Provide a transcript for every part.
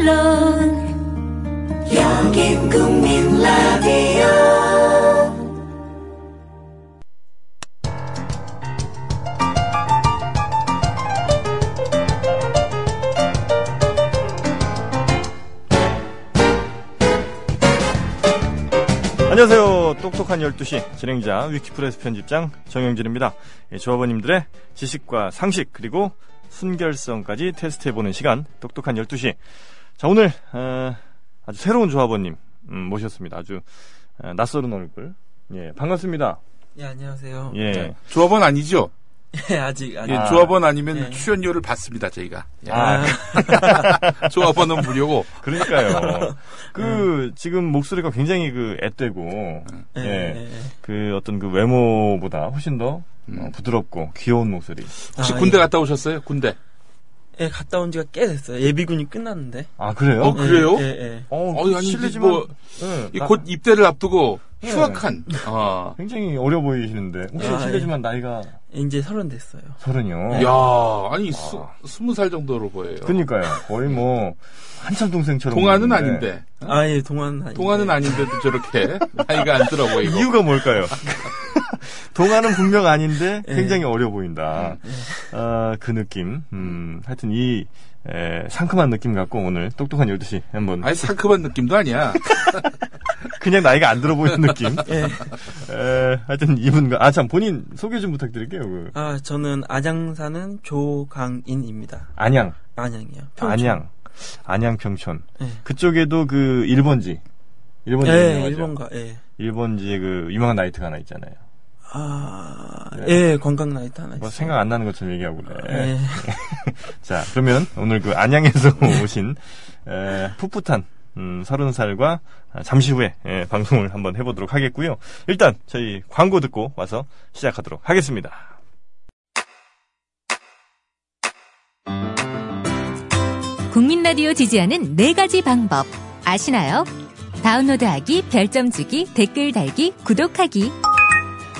물론 여긴 국민 라디오 안녕하세요. 똑똑한 12시 진행자 위키프레스 편집장 정영진입니다. 예, 조합원님들의 지식과 상식 그리고 순결성까지 테스트해보는 시간 똑똑한 12시. 자 오늘 어, 아주 새로운 조합원님 음, 모셨습니다. 아주 어, 낯설은 얼굴. 예 반갑습니다. 예, 안녕하세요. 예. 조합원 아니죠? 예, 아직, 아직. 예, 아. 조합원 아니면 네. 출연료를 받습니다, 저희가. 예. 아 조합원은 무료고. 그러니까요. 음. 그 지금 목소리가 굉장히 그 네, 앳되고 예, 예. 예. 그 어떤 그 외모보다 훨씬 더 음. 어, 부드럽고 귀여운 목소리. 혹시 아, 군대 예. 갔다 오셨어요? 군대. 예, 갔다 온 지가 꽤 됐어요. 예비군이 끝났는데. 아 그래요? 어, 그래요? 예, 예. 어, 어, 아니, 실례지만 뭐, 예, 이 나- 곧 입대를 앞두고 예. 휴학한. 어. 굉장히 어려 보이시는데 혹시 아, 실례지만 나이가 예. 이제 서른 됐어요. 서른이요. 야 아니, 스, 스무 살 정도로 보여요. 그러니까요. 거의 뭐 한참 동생처럼. 동안은 보이는데. 아닌데. 아, 예, 동안은 아닌데. 동안은 아닌데도 저렇게 나이가 안 들어 보이고. 이유가 뭘까요? 동안은 분명 아닌데 예. 굉장히 어려 보인다. 아, 그 느낌. 음, 하여튼 이 에, 상큼한 느낌 갖고 오늘 똑똑한 12시 한번 아니, 상큼한 느낌도 아니야. 그냥 나이가 안 들어 보이는 느낌. 예. 에, 하여튼 이분과 아 참 본인 소개 좀 부탁드릴게요. 그. 아, 저는 안양 사는 조강인입니다. 안양, 안양이요. 평촌. 아, 안양, 안양 평촌. 예. 그쪽에도 그 일본지, 일본지 예, 유명하죠? 일본가, 예. 일본지에 그 유명한 나이트가 하나 있잖아요. 아, 예, 관광 나이트 하나 있어요. 뭐 생각 안 나는 것처럼 얘기하고 그래. 예. 자, 그러면 오늘 그 안양에서 오신 에, 풋풋한 음, 30살과 잠시 후에 예, 방송을 한번 해보도록 하겠고요. 일단 저희 광고 듣고 와서 시작하도록 하겠습니다. 국민 라디오 지지하는 네 가지 방법 아시나요? 다운로드하기, 별점 주기, 댓글 달기, 구독하기.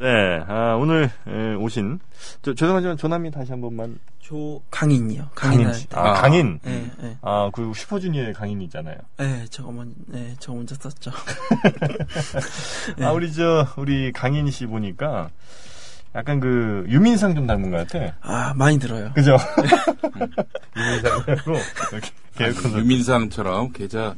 네, 아, 오늘 에, 오신 저, 죄송하지만 조남이 다시 한 번만 조강인이요. 강인 씨. 나이트. 아, 아. 강인. 예, 예. 아, 그 슈퍼주니어의 강인이잖아요. 예, 저 어머, 예, 저 먼저 썼죠. 네. 아, 우리 저 우리 강인 씨 보니까 약간 그 유민상 좀 닮은 것 같아. 아, 많이 들어요. 그죠? 유민상이라고 이렇게 개콘서트. 유민상처럼 계좌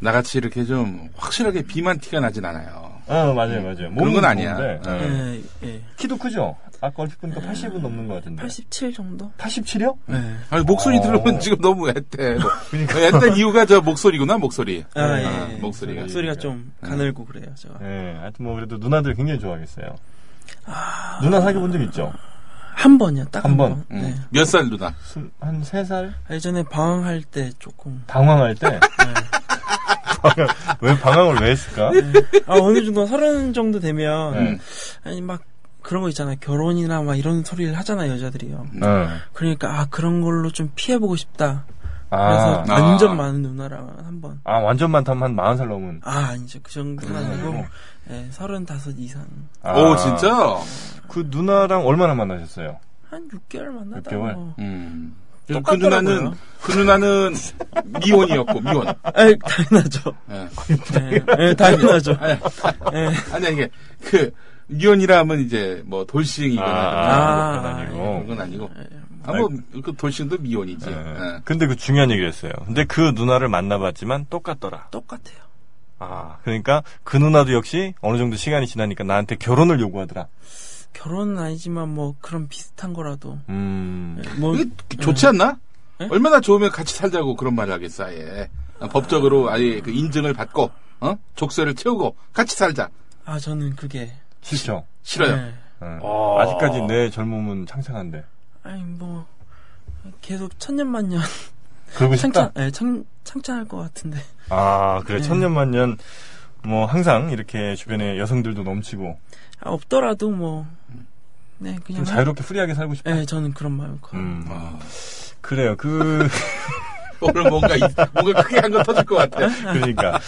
나같이 이렇게 좀 확실하게 비만 티가 나진 않아요. 어, 맞아요, 맞아요. 그런 몸은 건 아니야. 좋은데. 네. 어. 예, 예. 키도 크죠? 아까 얼핏 보니까 80은 넘는 것 같은데. 87 정도? 87이요? 네. 아니, 목소리 어. 들으면 지금 너무 애태. 뭐. 그러니까. 애태 이유가 저 목소리구나, 목소리. 아, 예, 아, 예. 목소리가. 목소리가 좀 가늘고 그래요, 제가. 예, 하여튼 뭐 그래도 누나들 굉장히 좋아하겠어요. 누나 사귀어 본적 있죠? 한 번이요, 딱 한 한 번. 번. 네. 음. 몇 살 누나? 스- 한 3살? 예전에 방황할 때 조금. 방황할 네. 때. 방황- 왜 방황을 왜 했을까? 아, 어느 정도, 서른 정도 되면, 네. 아니, 막, 그런 거 있잖아요. 결혼이나 막 이런 소리를 하잖아요, 여자들이요. 어. 그러니까, 아, 그런 걸로 좀 피해보고 싶다. 그래서 아, 아. 완전 많은 누나랑 한 번. 아, 완전 많다면 한 40살 넘은. 아, 아니죠. 그 정도는 아니고, 음. 예, 서른다섯 이상. 아, 오, 진짜? 그 누나랑 얼마나 만나셨어요? 한 6개월 만나다. 육 개월? 뭐. 음. 그 똑같더라고요. 누나는, 그 누나는 미혼이었고, 미혼. 아이, 당연하죠. 예. 예, 예, 당연하죠. 아니, 예. 아니, 이게, 그, 미혼이라 하면 이제, 뭐, 돌싱이거나. 아. 그건 아니고. 어. 그런 건 아니고. 네. 아, 뭐, 그 돌싱도 미혼이지. 예. 예. 근데 그 중요한 얘기를 했어요. 근데 그 누나를 만나봤지만 똑같더라. 똑같아요. 아, 그러니까 그 누나도 역시 어느 정도 시간이 지나니까 나한테 결혼을 요구하더라. 결혼은 아니지만 뭐 그런 비슷한 거라도 음. 뭐 이게 좋지 않나? 예? 얼마나 좋으면 같이 살자고 그런 말을 하겠어, 아예. 아, 법적으로 아예 그 인증을 받고, 어? 족쇄를 채우고, 같이 살자. 아, 저는 그게 싫죠. 싫어요. 네. 응. 어. 아직까지 내 젊음은 창창한데. 아니 뭐 계속 천년만년 그러고 싶다. 창찬 예, 창 창찬할 것 같은데. 아, 그래. 천년만년 뭐 항상 이렇게 주변에 여성들도 넘치고 아, 없더라도 뭐 네, 좀 그냥 할- 네, 자유롭게 프리하게 살고 싶다. 예, 저는 그런 마음 커요. 음. 아. 그래요. 그 오늘 뭔가 이- 뭔가 크게 한 건 터질 것 같아. 그러니까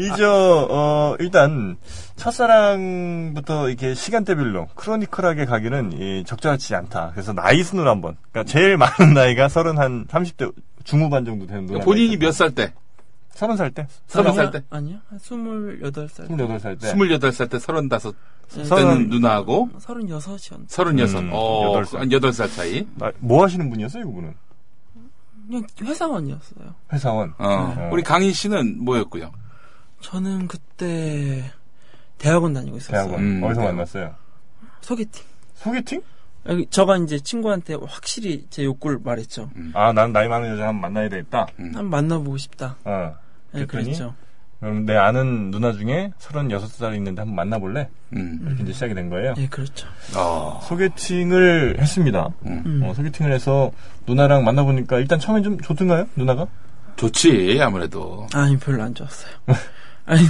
이저 어 일단 첫사랑부터 이렇게 시간대별로 크로니컬하게 가기는 이, 적절하지 않다. 그래서 나이 순으로 한번. 그러니까 제일 많은 나이가 서른 한 30대 중후반 정도 되는 노래. 본인이 몇 살 때? 서른 살 때? 서른 살 때? 아니요. 한 28살. 네, 스물여덟 살 때. 스물여덟 살 때, 서른다섯 때는 네. 서른- 누나하고 36이었 서른여섯. 음, 어, 여덟 살. 한 여덟 살 차이. 나- 뭐 하시는 분이었어요, 이분은? 그냥 회사원이었어요. 회사원. 어. 음. 우리 강인 씨는 뭐였고요? 저는 그때 대학원 다니고 있었어요. 대학원. 음, 어디서 대학원. 만났어요? 소개팅. 소개팅? 아니, 저가 이제 친구한테 확실히 제 욕구를 말했죠. 아, 난 나이 많은 여자 한 번 만나야 되겠다. 한번 만나보고 싶다. 어. 네, 그랬더니? 그랬죠. 그럼 내 아는 누나 중에 36살 있는데 한번 만나볼래? 음. 이렇게 이제 시작이 된 거예요. 예, 그렇죠. 어. 소개팅을 했습니다. 음. 어, 소개팅을 해서 누나랑 만나보니까 일단 처음엔 좀 좋던가요? 누나가? 좋지, 아무래도. 아니, 별로 안 좋았어요. 아니,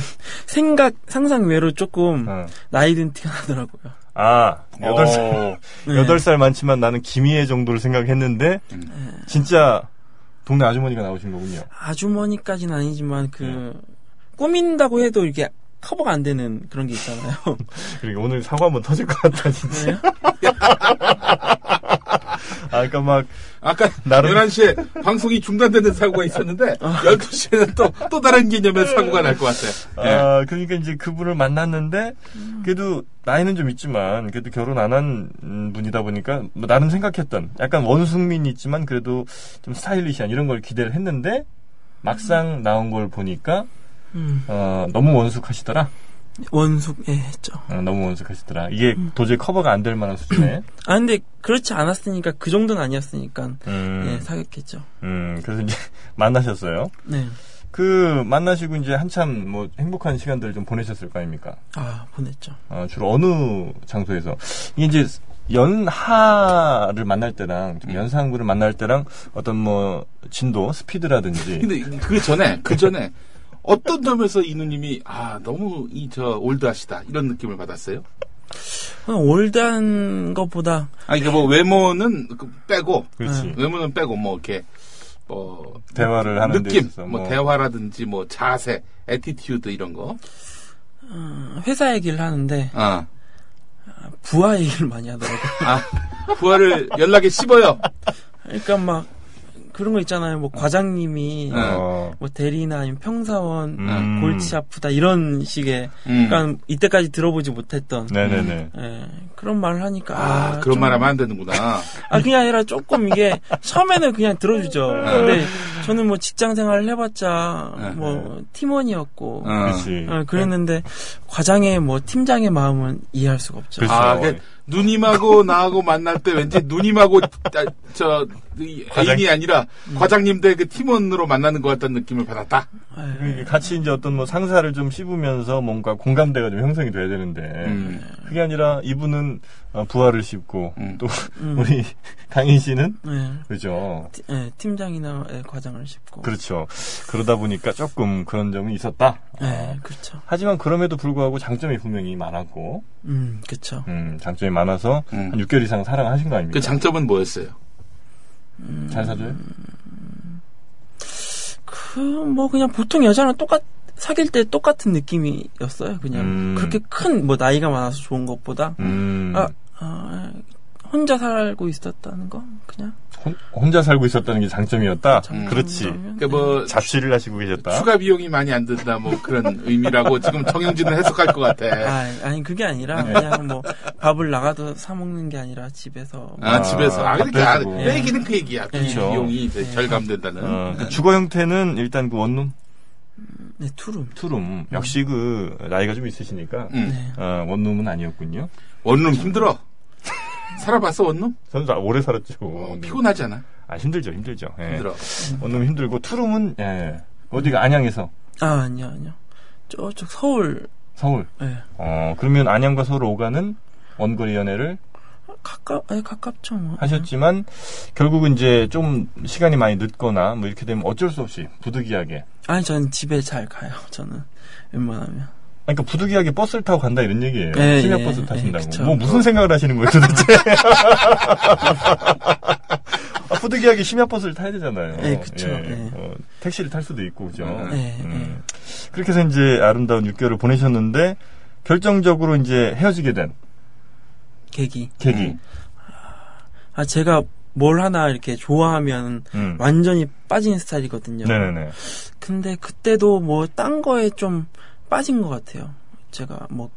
생각, 상상 외로 조금 어. 나이든 티가 나더라고요. 아, 여덟 살 어. 네. 여덟 살 많지만 나는 김희애 정도를 생각했는데, 음. 진짜 동네 아주머니가 나오신 거군요. 아주머니까지는 아니지만 그, 네. 꾸민다고 해도 이게 커버가 안 되는 그런 게 있잖아요. 그러니까 오늘 사과 한번 터질 것 같다, 진짜. 네. 아, 그러니까 막, 아까 나름- 11시에 방송이 중단되는 사고가 있었는데 12시에는 또 또 다른 개념의 사고가 날 것 같아요. 예. 아, 그러니까 이제 그분을 만났는데, 그래도 나이는 좀 있지만, 그래도 결혼 안 한 분이다 보니까, 뭐 나름 생각했던, 약간 원숭민 있지만, 그래도 좀 스타일리시한 이런 걸 기대를 했는데, 막상 나온 걸 보니까, 음, 어, 너무 원숙하시더라. 원숙, 예, 했죠. 어, 너무 원숙하시더라. 이게 도저히 커버가 안 될 만한 수준에. 아, 근데 그렇지 않았으니까, 그 정도는 아니었으니까, 음, 예, 사귀었겠죠. 음, 그래서 이제 만나셨어요. 네. 그, 만나시고 이제 한참 뭐 행복한 시간들을 좀 보내셨을 거 아닙니까? 아, 보냈죠. 어, 주로 어느 장소에서 이게 이제 연하를 만날 때랑 좀 연상부를 만날 때랑 어떤 뭐 진도 스피드라든지 근데 그 전에 그 전에 어떤 점에서 이누님이 아 너무 이 저 올드하시다 이런 느낌을 받았어요? 아, 올드한 것보다, 아 이게 뭐 외모는 그 빼고 그렇지 외모는 빼고 뭐 이렇게 뭐 대화를 하는 데 느낌 있어서 뭐 뭐, 대화라든지 뭐 자세 에티튜드 이런 거. 음, 회사 얘기를 하는데, 아. 부하 얘기를 많이 하더라고요. 아 부하를 연락에 씹어요. 그러니까 막, 그런 거 있잖아요. 뭐, 과장님이, 응. 어, 뭐, 대리나 아니면 평사원, 음. 골치 아프다, 이런 식의, 음. 그러니까 이때까지 들어보지 못했던, 네네네 예, 그런 말을 하니까, 아, 아, 그런 좀- 말 하면 안 되는구나. 아, 그게 아니라 조금 이게, 처음에는 그냥 들어주죠. 네. 근데 저는 뭐 직장 생활을 해봤자, 뭐, 팀원이었고, 어. 그렇지 어, 그랬는데, 과장의 뭐, 팀장의 마음은 이해할 수가 없죠. 그렇죠. 아, 그 누님하고 나하고 만날 때 왠지 누님하고 아, 저 이, 과장- 애인이 아니라 과장님 대 그 팀원으로 만나는 것 같다는 느낌을 받았다. 예. 네. 그렇죠. 이게 같이 이제 어떤 뭐 상사를 좀 씹으면서 뭔가 공감대가 좀 형성이 돼야 되는데 음. 그게 아니라 이분은 어, 부하를 씹고 음. 또 우리 강인 씨는 예. 그죠 티- 예, 팀장이나 예, 과장을 씹고. 그렇죠 그러다 보니까 조금 그런 점이 있었다 예, 그렇죠. 하지만 그럼에도 불구하고 장점이 분명히 많았고, 음, 그렇죠. 음, 장점이 많아서 음. 한 6개월 이상 사랑하신 거 아닙니까? 음. 그 장점은 뭐였어요? 잘 사줘요? 그, 뭐, 그냥 보통 여자랑 똑같, 사귈 때 똑같은 느낌이었어요, 그냥. 음. 그렇게 큰, 뭐, 나이가 많아서 좋은 것보다, 음, 아, 아, 혼자 살고 있었다는 거? 그냥? 혼, 혼자 살고 있었다는 게 장점이었다? 그렇지. 그러면? 그 뭐 잡시를 하시고 계셨다. 추가 비용이 많이 안 든다 뭐 그런 의미라고 지금 정영진은 해석할 것 네. 같아. 아, 아니, 그게 아니라, 그냥 뭐, 밥을 나가도 사먹는 게 아니라 집에서. 뭐 아, 집에서 아 그렇게 아, 그래가지고. 내 얘기는 그 얘기야. 그 그렇죠. 비용이 이제 절감된다는. 어, 그 주거 형태는 일단 그 원룸, 네, 투룸. 투룸. 역시 그 나이가 좀 있으시니까, 음. 네. 어, 원룸은 아니었군요. 원룸 힘들어. 살아봤어 원룸? 저는 다 오래 살았죠. 어, 피곤하잖아. 아, 힘들죠, 힘들죠. 예. 힘들어. 원룸 힘들고, 투룸은, 예. 어디가 안양에서, 아, 아니요, 아니요. 저쪽 서울, 서울. 예. 어, 그러면 안양과 서울 오가는 원거리 연애를 가깝, 예, 가깝죠, 뭐. 하셨지만 결국은 이제 좀 시간이 많이 늦거나 뭐 이렇게 되면 어쩔 수 없이 부득이하게 아니, 저는 집에 잘 가요, 저는. 웬만하면. 아니, 그러니까 부득이하게 버스를 타고 간다 이런 얘기예요. 예, 심야 예, 버스 예, 타신다고. 그쵸. 뭐 무슨 생각을 하시는 거예요 도대체? 아, 부득이하게 심야버스를 타야 되잖아요. 네, 그쵸. 네. 어, 택시를 탈 수도 있고, 그죠. 네, 음. 그렇게 해서 이제 아름다운 6개월을 보내셨는데, 결정적으로 이제 헤어지게 된 계기. 계기. 음. 아, 제가 뭘 하나 이렇게 좋아하면 음. 완전히 빠진 스타일이거든요. 네네네. 근데 그때도 뭐 딴 거에 좀 빠진 것 같아요. 제가 뭐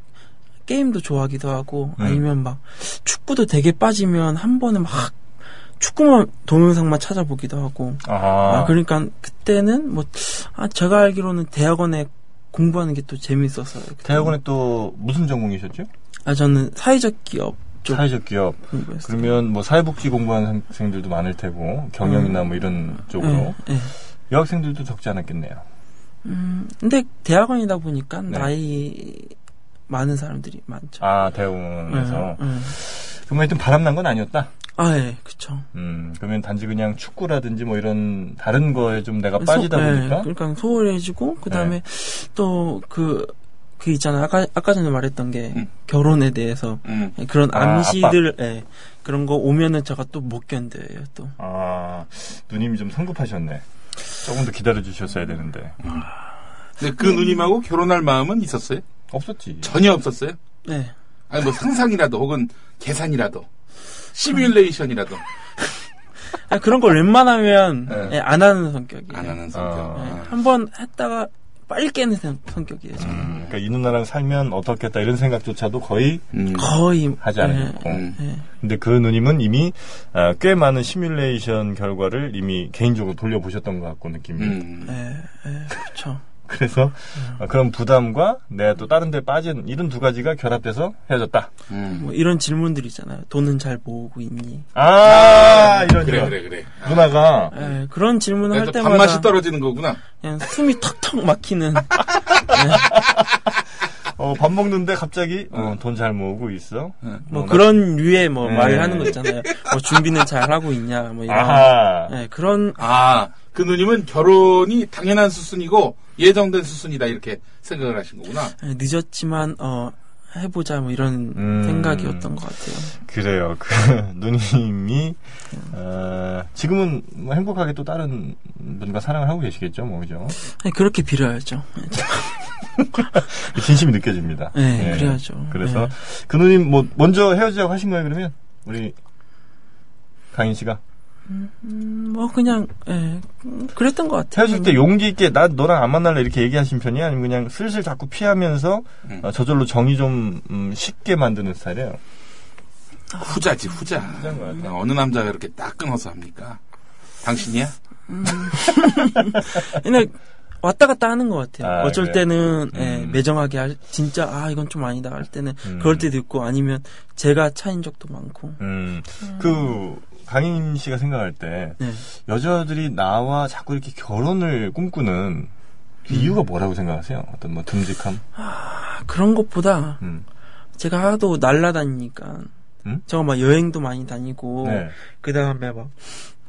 게임도 좋아하기도 하고 음. 아니면 막 축구도 되게 빠지면 한 번에 막 축구만 동영상만 찾아보기도 하고 아, 아, 그러니까 그때는 뭐 아, 제가 알기로는 대학원에 공부하는 게 또 재밌었어요. 대학원에 또 무슨 전공이셨죠? 아 저는 사회적 기업 쪽 사회적 기업. 공부했어요. 그러면 뭐 사회복지 공부하는 학생들도 많을 테고, 경영이나 음. 뭐 이런 쪽으로. 예, 예. 여학생들도 적지 않았겠네요. 음, 근데 대학원이다 보니까 네. 나이 많은 사람들이 많죠. 아, 음. 대학원에서. 예, 예. 그러면 하여튼 바람난 건 아니었다? 아, 예, 그쵸. 음, 그러면 단지 그냥 축구라든지 뭐 이런 다른 거에 좀 내가 빠지다 소- 네. 예, 보니까. 그러니까 소홀해지고 그다음에 또 그 그 있잖아요. 아까 아까 전에 말했던 게 음. 결혼에 대해서 예, 음. 그런 아, 암시들 예, 그런 거 오면은 제가 또 못 견뎌요. 또 아, 누님이 좀 성급하셨네. 조금 더 기다려 주셨어야 되는데. 근데 네. 그 누님하고 결혼할 마음은 있었어요? 없었지. 전혀 없었어요? 네. 아니 뭐 상상이라도 혹은 계산이라도 시뮬레이션이라도 아, 그런 걸 웬만하면 네. 예, 안 하는 성격이에요. 안 하는 성격. 아. 아. 한번 했다가 빨리 깨는 성- 성격이에요. 저는. 그러니까 이 누나랑 살면 어떻겠다 이런 생각조차도 거의 음. 거의 하지 예, 않았고. 음. 예. 근데 그 누님은 이미 아, 꽤 많은 시뮬레이션 결과를 이미 개인적으로 돌려보셨던 것 같고 느낌이. 음. 네. 예, 예, 그렇죠. 그래서 아, 그런 부담과 내가 또 다른 데 빠진 이런 두 가지가 결합돼서 헤어졌다. 음. 뭐 이런 질문들 있잖아요. 돈은 잘 모으고 있니? 아, 이런 그래 이런. 그래 그래. 아, 누나가 예, 그런 질문을 할 그래서 때마다 밥맛이 떨어지는 거구나. 그냥 숨이 턱턱 막히는 어, 밥 먹는데 갑자기 어, 돈 잘 모으고 있어. 뭐 뭔가- 그런 류의 뭐 네. 말을 하는 거 있잖아요. 뭐 준비는 잘 하고 있냐 뭐 이런. 아하. 네, 그런 아, 그 누님은 결혼이 당연한 수순이고 예정된 수순이다 이렇게 생각을 하신 거구나. 네, 늦었지만 어 해보자 뭐 이런 음. 생각이었던 것 같아요. 그래요. 그 누님이 어, 지금은 뭐 행복하게 또 다른 분과 사랑을 하고 계시겠죠, 뭐 그죠? 네, 그렇게 빌어야죠. 네, 진심이 느껴집니다. 네, 예. 그래야죠. 그래서 네. 그 누님 뭐 먼저 헤어지자고 하신 거예요, 그러면 우리 강인 씨가 음, 뭐 그냥 예, 음, 그랬던 것 같아요. 헤어질 때 용기 있게 나 너랑 안 만날래 이렇게 얘기하신 편이 아니면 그냥 슬슬 자꾸 피하면서 음. 어, 저절로 정이 좀 음, 쉽게 만드는 스타일이에요. 후자지 후자. 후자인 것 같아. 어느 남자가 이렇게 딱 끊어서 합니까? 당신이야? 그냥 네, 왔다 갔다 하는 것 같아요. 아, 어쩔 그래요? 때는 예, 음. 매정하게 할- 진짜 아 이건 좀 아니다 할 때는 음. 그럴 때도 있고 아니면 제가 차인 적도 많고. 음, 그 강인 씨가 생각할 때 네. 여자들이 나와 자꾸 이렇게 결혼을 꿈꾸는 그 음. 이유가 뭐라고 생각하세요? 어떤 뭐 듬직함? 아, 그런 것보다 음. 제가 하도 날라다니니까 음? 제가 막 여행도 많이 다니고 네. 그 다음에 막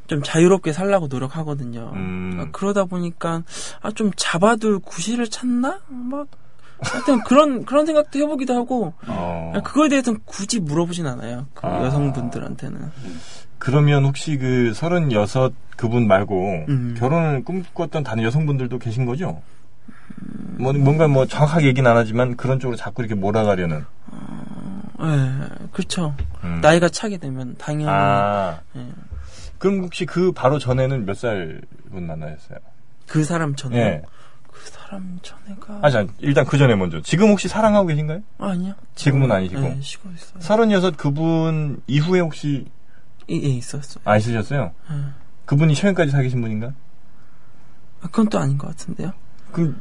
좀 자유롭게 살려고 노력하거든요. 음. 아, 그러다 보니까 아, 좀 잡아둘 구실을 찾나? 막 하여튼 그런 그런 생각도 해보기도 하고 어, 아, 그거에 대해서는 굳이 물어보진 않아요. 그 아. 여성분들한테는 그러면 혹시 그 36 그분 말고 음. 결혼을 꿈꿨던 다른 여성분들도 계신 거죠? 뭐, 뭔가 뭐 정확하게 얘기는 안 하지만 그런 쪽으로 자꾸 이렇게 몰아가려는. 예, 그렇죠. 음. 나이가 차게 되면 당연히 아. 음. 예. 그럼 혹시 그 바로 전에는 몇 살 분 만나셨어요? 그 사람 전에 예. 그 사람 전에가 아, 자, 일단 그 전에 먼저. 지금 혹시 사랑하고 계신가요? 아니요 지금은 아니시고. 예, 쉬고 있어요. 36 그분 이후에 혹시 예, 예, 있었어요. 아, 있으셨어요? 예. 그분이 최근까지 사귀신 분인가? 아, 그건 또 아닌 것 같은데요. 그럼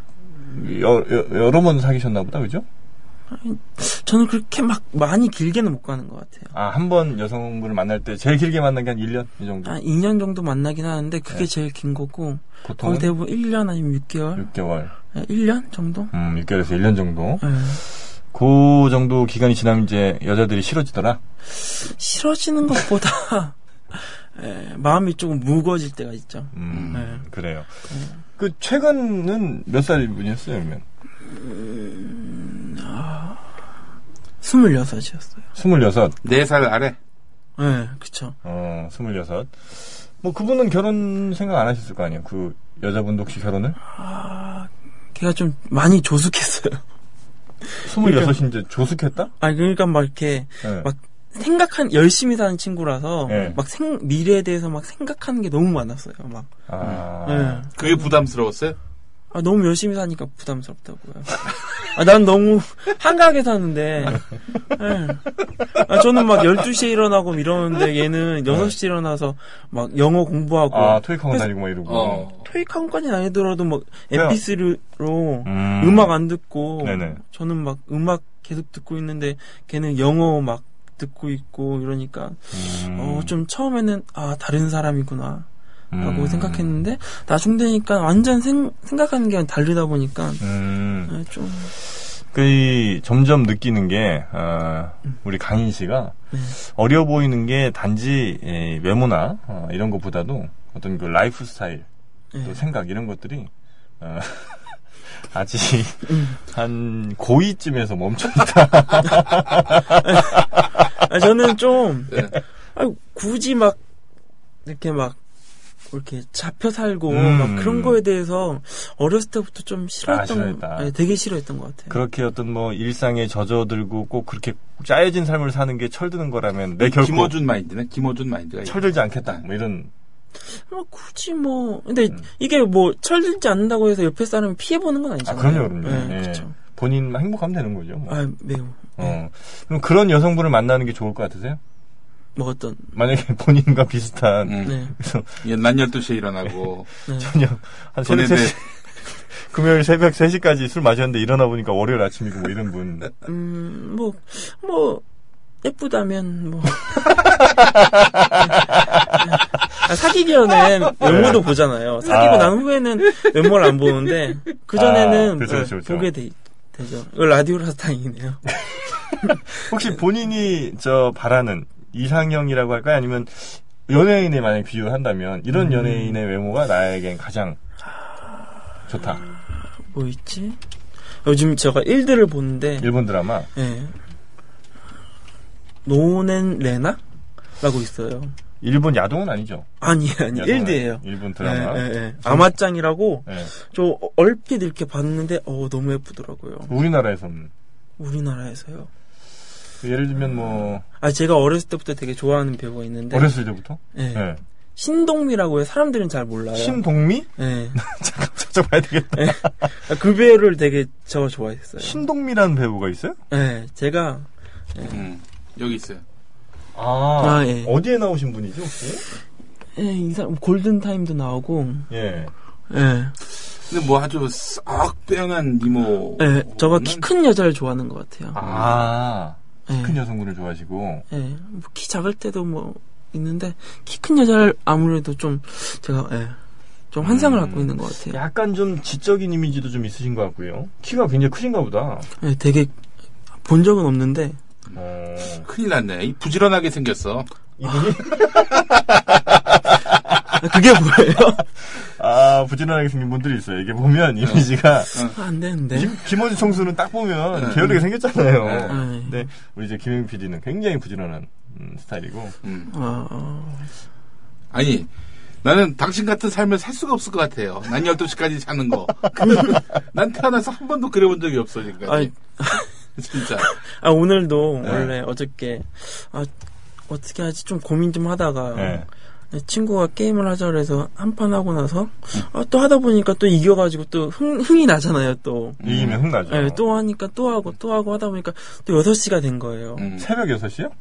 여, 러번 사귀셨나 보다, 그죠? 저는 그렇게 막 많이 길게는 못 가는 것 같아요. 아, 한 번 여성분을 만날 때 제일 길게 만난 게 한 1년 이 정도. 한 2년 정도 만나긴 하는데 그게 네. 제일 긴 거고 거의 보통은 대부분 1년 아니면 6개월? 6개월. 네, 1년 정도? 음, 6개월에서 1년 정도. 네. 그 정도 기간이 지나면 이제 여자들이 싫어지더라. 싫어지는 것보다 네, 마음이 조금 무거워질 때가 있죠. 음, 네. 그래요. 그 최근은 몇 살 분이었어요, 그러면? 26이었어요. 26. 네 살 아래. 네, 그쵸. 어, 26. 뭐 그분은 결혼 생각 안 하셨을 거 아니에요. 그 여자분도 혹시 결혼을? 걔가 좀 많이 조숙했어요. 26인데 조숙했다? 아, 그러니까 막 이렇게 예. 막 생각한 열심히 사는 친구라서 네. 막 생, 미래에 대해서 막 생각하는 게 너무 많았어요. 막. 아. 네. 그게 부담스러웠어요? 아, 너무 열심히 사니까 부담스럽다고요. 아, 난 너무 한가하게 사는데. 예. 아, 저는 막 12시에 일어나고 이러는데 얘는 6시에 일어나서 막 영어 공부하고 아, 토익학원 다니고 막 이러고. 어. 토익 학원까지는 아니더라도 막 그냥- MP3로 음. 음. 악안 듣고 네네. 저는 막 음악 계속 듣고 있는데 걔는 영어 막 듣고 있고 이러니까 음. 어, 좀 처음에는 아, 다른 사람이구나. 라고 음. 생각했는데 나중 되니까 완전 생, 생각하는 게 다르다 보니까 음. 네, 좀 그, 이, 점점 느끼는 게, 어, 우리 강인 씨가 네. 어려 보이는 게 단지 예, 외모나 어, 이런 것보다도 어떤 그 라이프 스타일, 또 네. 생각 이런 것들이 어, 아직 한 고2쯤에서 멈췄다. 아, 저는 좀 네. 아, 굳이 막 이렇게 막 이렇게 잡혀 살고 음. 막 그런 거에 대해서 어렸을 때부터 좀 아, 싫어했던 싫어했다. 아니, 되게 싫어했던 것 같아요. 그렇게 어떤 뭐 일상에 젖어들고 꼭 그렇게 짜여진 삶을 사는 게 철드는 거라면 네, 내 결코 김어준 마인드네. 김어준 마인드가. 있네. 철들지 않겠다. 뭐 이런 뭐 굳이 뭐 근데 음. 이게 뭐 철들지 않는다고 해서 옆에 사람이 피해 보는 건 아 아니잖아요. 그럼요, 그럼요. 네, 예. 그렇죠. 본인 행복하면 되는 거죠. 뭐. 아 매우 어. 그럼 그런 여성분을 만나는 게 좋을 것 같으세요? 먹었던 만약에 본인과 비슷한 음. 네. 그래서 예, 낮 12시에 일어나고. 네. 그냥 한 새벽 본인의- 3시 금요일 새벽 3시까지 술 마셨는데 일어나 보니까 월요일 아침이고 뭐 이런 분 음, 뭐, 뭐, 예쁘다면, 뭐. 아, 사귀기 전엔 외모도 보잖아요. 사귀고 네. 아. 난 후에는 외모를 안 보는데, 그전에는 아, 그렇죠, 그렇죠, 그렇죠. 보게 돼, 되죠. 이거 라디오라서 다행이네요. 혹시 본인이 저 바라는 이상형이라고 할까요? 아니면 연예인에 만약 비유한다면 음. 이런 연예인의 외모가 나에겐 가장 좋다. 뭐 있지? 요즘 제가 일들을 보는데, 일본 드라마. 예. 노넨 레나? 라고 있어요. 일본 야동은 아니죠. 아니, 아니, 야동은 일드예요 아니- 일본 드라마. 예, 예, 예. 아마짱이라고, 예. 저 얼핏 이렇게 봤는데, 어 너무 예쁘더라고요. 우리나라에서는 우리나라에서요. 예를 들면 뭐 아 제가 어렸을 때부터 되게 좋아하는 배우가 있는데 어렸을 때부터 예. 예. 신동미라고 해요. 사람들은 잘 몰라요. 신동미 예. 잠깐 찾아봐야 되겠다. 그 배우를 되게 제가 좋아했어요. 신동미라는 배우가 있어요? 예. 제가 음. 여기 있어요. 아, 아, 예. 어디에 나오신 분이죠 혹시? 예, 이 사람 골든 타임도 나오고 예. 예. 근데 뭐 아주 싹 빼어난 이모. 예. 저가 키 큰 여자를 좋아하는 것 같아요. 아, 예. 큰 여성분을 좋아하시고 예. 뭐키 작을 때도 뭐 있는데 키 큰 여자를 아무래도 좀 제가 예. 좀 환상을 음. 갖고 있는 것 같아요. 약간 좀 지적인 이미지도 좀 있으신 것 같고요. 키가 굉장히 크신가 보다. 예, 되게 본 적은 없는데 어, 큰일 났네. 이 부지런하게 생겼어. 이분이 아, 그게 뭐예요? 아 부지런하게 생긴 분들이 있어요. 이게 보면 이미지가 아, 안 되는데. 김, 김호준 총수는 딱 보면 게으르게 생겼잖아요. 네. 아, 예. 근데 우리 이제 김영 PD는 굉장히 부지런한 음, 스타일이고 음. 아, 어. 아니, 나는 당신 같은 삶을 살 수가 없을 것 같아요. 난 12시까지 자는 거. 난 태어나서 한 번도 그려본 적이 없어, 지금까지. 진짜. 아, 오늘도 네. 원래 어저께 아 어떻게 하지 좀 고민 좀 하다가 네, 예. 친구가 게임을 하자 그래서 한 판 하고 나서 아, 또 하다 보니까 또 이겨가지고 또 흥, 흥이 나잖아요 또. 이기면 흥나죠. 예, 또 하니까 또 하고 또 하고 하다 보니까 또 6시가 된 거예요. 음. 새벽 6시요?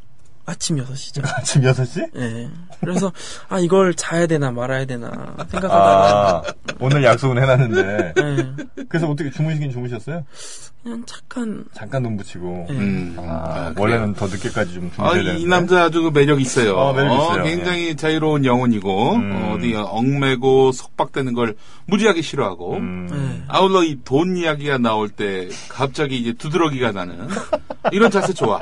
아침 6시죠. 아침 6시? 예. 그래서 아 이걸 자야 되나 말아야 되나 생각하다가 아 오늘 약속은 해놨는데 예, 그래서 어떻게 주무시긴 주무셨어요? 그냥 착한 잠깐 눈 붙이고 음. 아, 그래요. 원래는 더 늦게까지 좀 주무셔야 아, 되는데 네. 이 남자 아주 그 매력 있어요. 어, 매력 있어요. 굉장히 자유로운 영혼이고, 음. 어, 디 얽매고 속박되는 걸 무지하게 싫어하고, 음. 예. 아울러 이 돈 이야기가 나올 때 갑자기 이제 두드러기가 나는 이런 자세 좋아.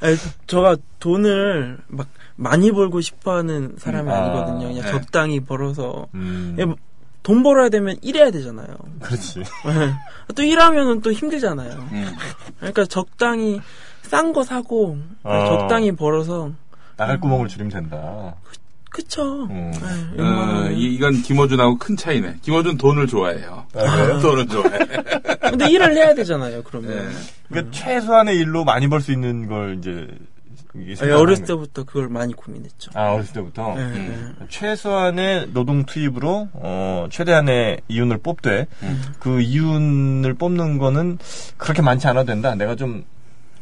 아니, 저가 돈을 막 많이 벌고 싶어하는 사람이 음, 아, 아니거든요. 그냥 네. 적당히 벌어서 음, 예, 돈 벌어야 되면 일해야 되잖아요. 예. 그렇지. 또 일하면은 또 힘들잖아요. 음. 그러니까 적당히 싼 거 사고 어. 적당히 벌어서 나갈 구멍을 줄이면 된다. 그쵸. 음. 예, 어, 웬만하면. 이, 이건 김어준하고 큰 차이네. 김어준 돈을 좋아해요. 돈을 좋아해. 근데 일을 해야 되잖아요, 그러면. 네. 그러니까 최소한의 일로 많이 벌 수 있는 걸 이제 이게 아니, 생각하는 어렸을 거예요. 때부터 그걸 많이 고민했죠. 아 어렸을 때부터 예, 음. 최소한의 노동 투입으로 어, 최대한의 이윤을 뽑되 음. 그 이윤을 뽑는 거는 그렇게 많지 않아도 된다. 내가 좀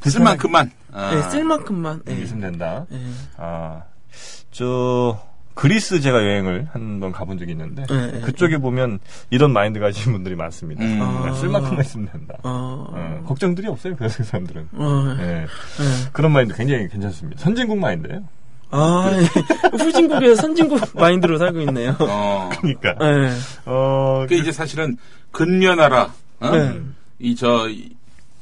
쓸 불편하게 만큼만. 예. 아. 예, 쓸 만큼만. 예. 있으면 된다. 예. 아, 아저 그리스 제가 여행을 한 번 가본 적이 있는데 예, 예. 그쪽에 보면 이런 마인드 가진 분들이 많습니다. 네, 음. 아. 아. 쓸 만큼만 있으면 된다. 어. 어, 걱정들이 없어요. 그래서 그 사람들은. 음. 어, 예. 예. 예. 그런 마인드 굉장히 괜찮습니다. 선진국 마인드예요. 아, 예. 후진국에서 선진국 마인드로 살고 있네요. 어. 그러니까 예. 어 그 이제 사실은 근면하라. 어? 네. 이저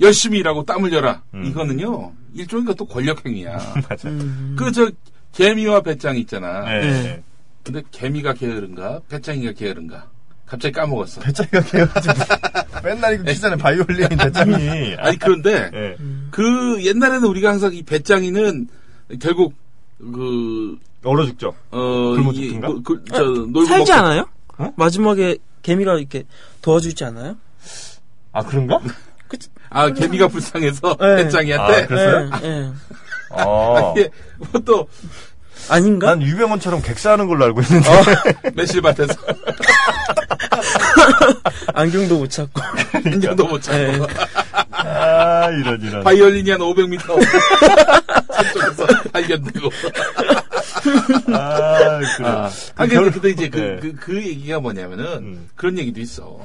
열심히 일하고 땀 흘려라. 음. 이거는요 일종의 것도 권력행위야. 맞아. 음. 그 저 개미와 배짱 있잖아. 네. 네. 근데 개미가 게으른가 배짱이가 게으른가 갑자기 까먹었어. 배짱이가 개가지고 맨날 이거 키잖아요. 바이올린 배짱이. 아니 그런데 예. 그 옛날에는 우리가 항상 이 배짱이는 결국 그 얼어 죽죠. 어, 굶어 이- 죽든가? 그- 그- 저, 놀고 아, 살지 먹고- 않아요? 어? 마지막에 개미가 이렇게 도와주지 않아요? 아 그런가? 아, 개미가 불쌍해서 네. 아, 그래? 배짱이한테. 그랬어요? 예, 예. 어. 예, 뭐 또, 아닌가? 난 유병원처럼 객사하는 걸로 알고 어. 있는데. 매실밭에서 안경도 못 찾고. 네. 인정도 못 찾고. 예. 아 이런 이런. 바이올린이 한 500m 저쪽에서 발견되고. 아 그래. 아, 그 근데, 결- 근데 이제 그, 네. 그, 그 얘기가 뭐냐면은, 음. 그런 얘기도 있어.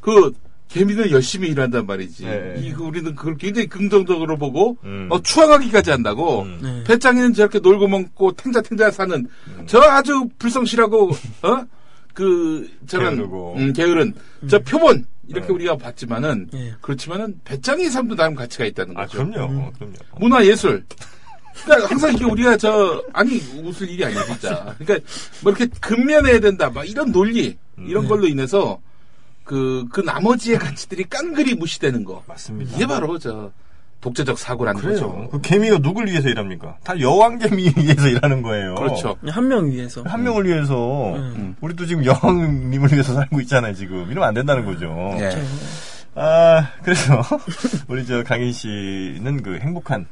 그, 개미들 열심히 일한단 말이지. 네. 이거 우리는 그걸 굉장히 긍정적으로 보고, 음. 어, 추앙하기까지 한다고, 음. 네. 배짱이는 저렇게 놀고 먹고 탱자탱자 사는 저 아주 불성실하고 어? 어그 저런 게으르고. 음, 게으른 저 표본 이렇게 네. 우리가 봤지만은 예. 그렇지만은 배짱이 삶도 나름 가치가 있다는 아 거죠. 그럼요. 그럼요. 뭐, 문화 예술. 그러니까 항상 이게 우리가 저 아니 웃을 일이 아니야 진짜. 그러니까 뭐 이렇게 근면해야 된다 막 이런 논리 음. 이런 걸로 인해서 그 그 나머지의 가치들이 깡그리 무시되는 거. 맞습니다. 이게 바로 저 독재적 사고라는 그래요. 거죠. 그 개미가 누굴 위해서 일합니까? 다 여왕 개미 위해서 일하는 거예요. 그렇죠. 한 명 위해서. 한 명을 위해서 음. 우리도 지금 여왕님을 위해서 살고 있잖아요. 지금 이러면 안 된다는 거죠. 예. 아, 그래서 우리 저 강인 씨는 그 행복한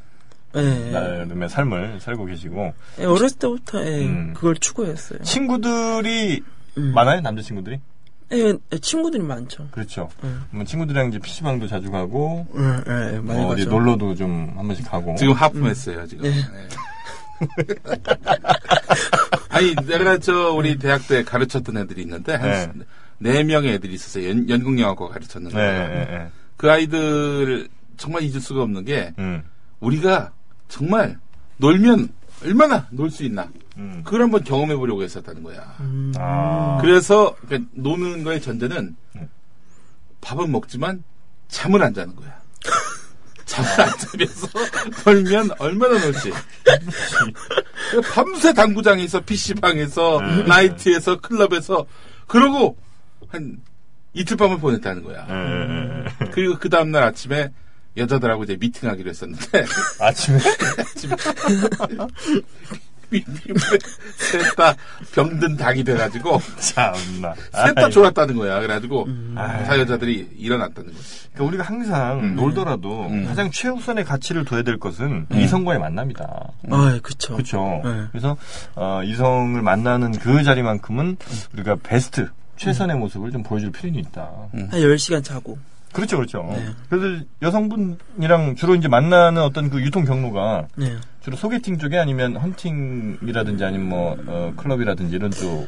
예. 나름의 삶을 살고 계시고 예, 어렸을 때부터 예, 음. 그걸 추구했어요. 친구들이 음. 많아요 남자 친구들이 예, 예, 친구들이 많죠. 그렇죠. 음. 뭐 친구들이랑 이제 PC방도 자주 가고 예, 예, 예, 많이 어, 어디 가죠. 놀러도 좀 한 번씩 가고 지금 음. 하품했어요 지금. 네. 네. 아니 내가 저 우리 대학 때 가르쳤던 애들이 있는데 네. 한네 명의 애들이 있었어요. 연, 연극영화과 가르쳤는데 네, 네, 네. 그 아이들 정말 잊을 수가 없는 게 음. 우리가 정말 놀면 얼마나 놀 수 있나 음. 그걸 한번 경험해 보려고 했었다는 거야. 음. 아, 그래서 그러니까 노는 거의 전제는 네. 밥은 먹지만 잠을 안 자는 거야. 잠을 안 자면서 놀면 얼마나 놀지. 밤새 당구장에서 PC방에서 네. 나이트에서 클럽에서 그러고 한 이틀 밤을 보냈다는 거야. 예, 예, 예. 그리고 그 다음날 아침에 여자들하고 이제 미팅하기로 했었는데 아침에 아침에 미- 미- 셋다 병든 당이 돼가지고 참나. 셋 다 졸았다는 거야. 그래가지고 아, 음. 아이. 다 여자들이 일어났다는 거지. 그러니까 우리가 항상 놀더라도 음. 가장 최우선의 가치를 둬야 될 것은 이성과의 만남이다. 아, 예, 그쵸. 그렇죠. 네. 그래서 어, 이성을 만나는 그 자리만큼은 우리가 베스트 최선의 모습을 좀 보여줄 필요는 있다. 한 10시간 자고. 그렇죠, 그렇죠. 네. 그래서 여성분이랑 주로 이제 만나는 어떤 그 유통 경로가 네. 주로 소개팅 쪽에 아니면 헌팅이라든지 아니면 뭐 어, 클럽이라든지 이런 쪽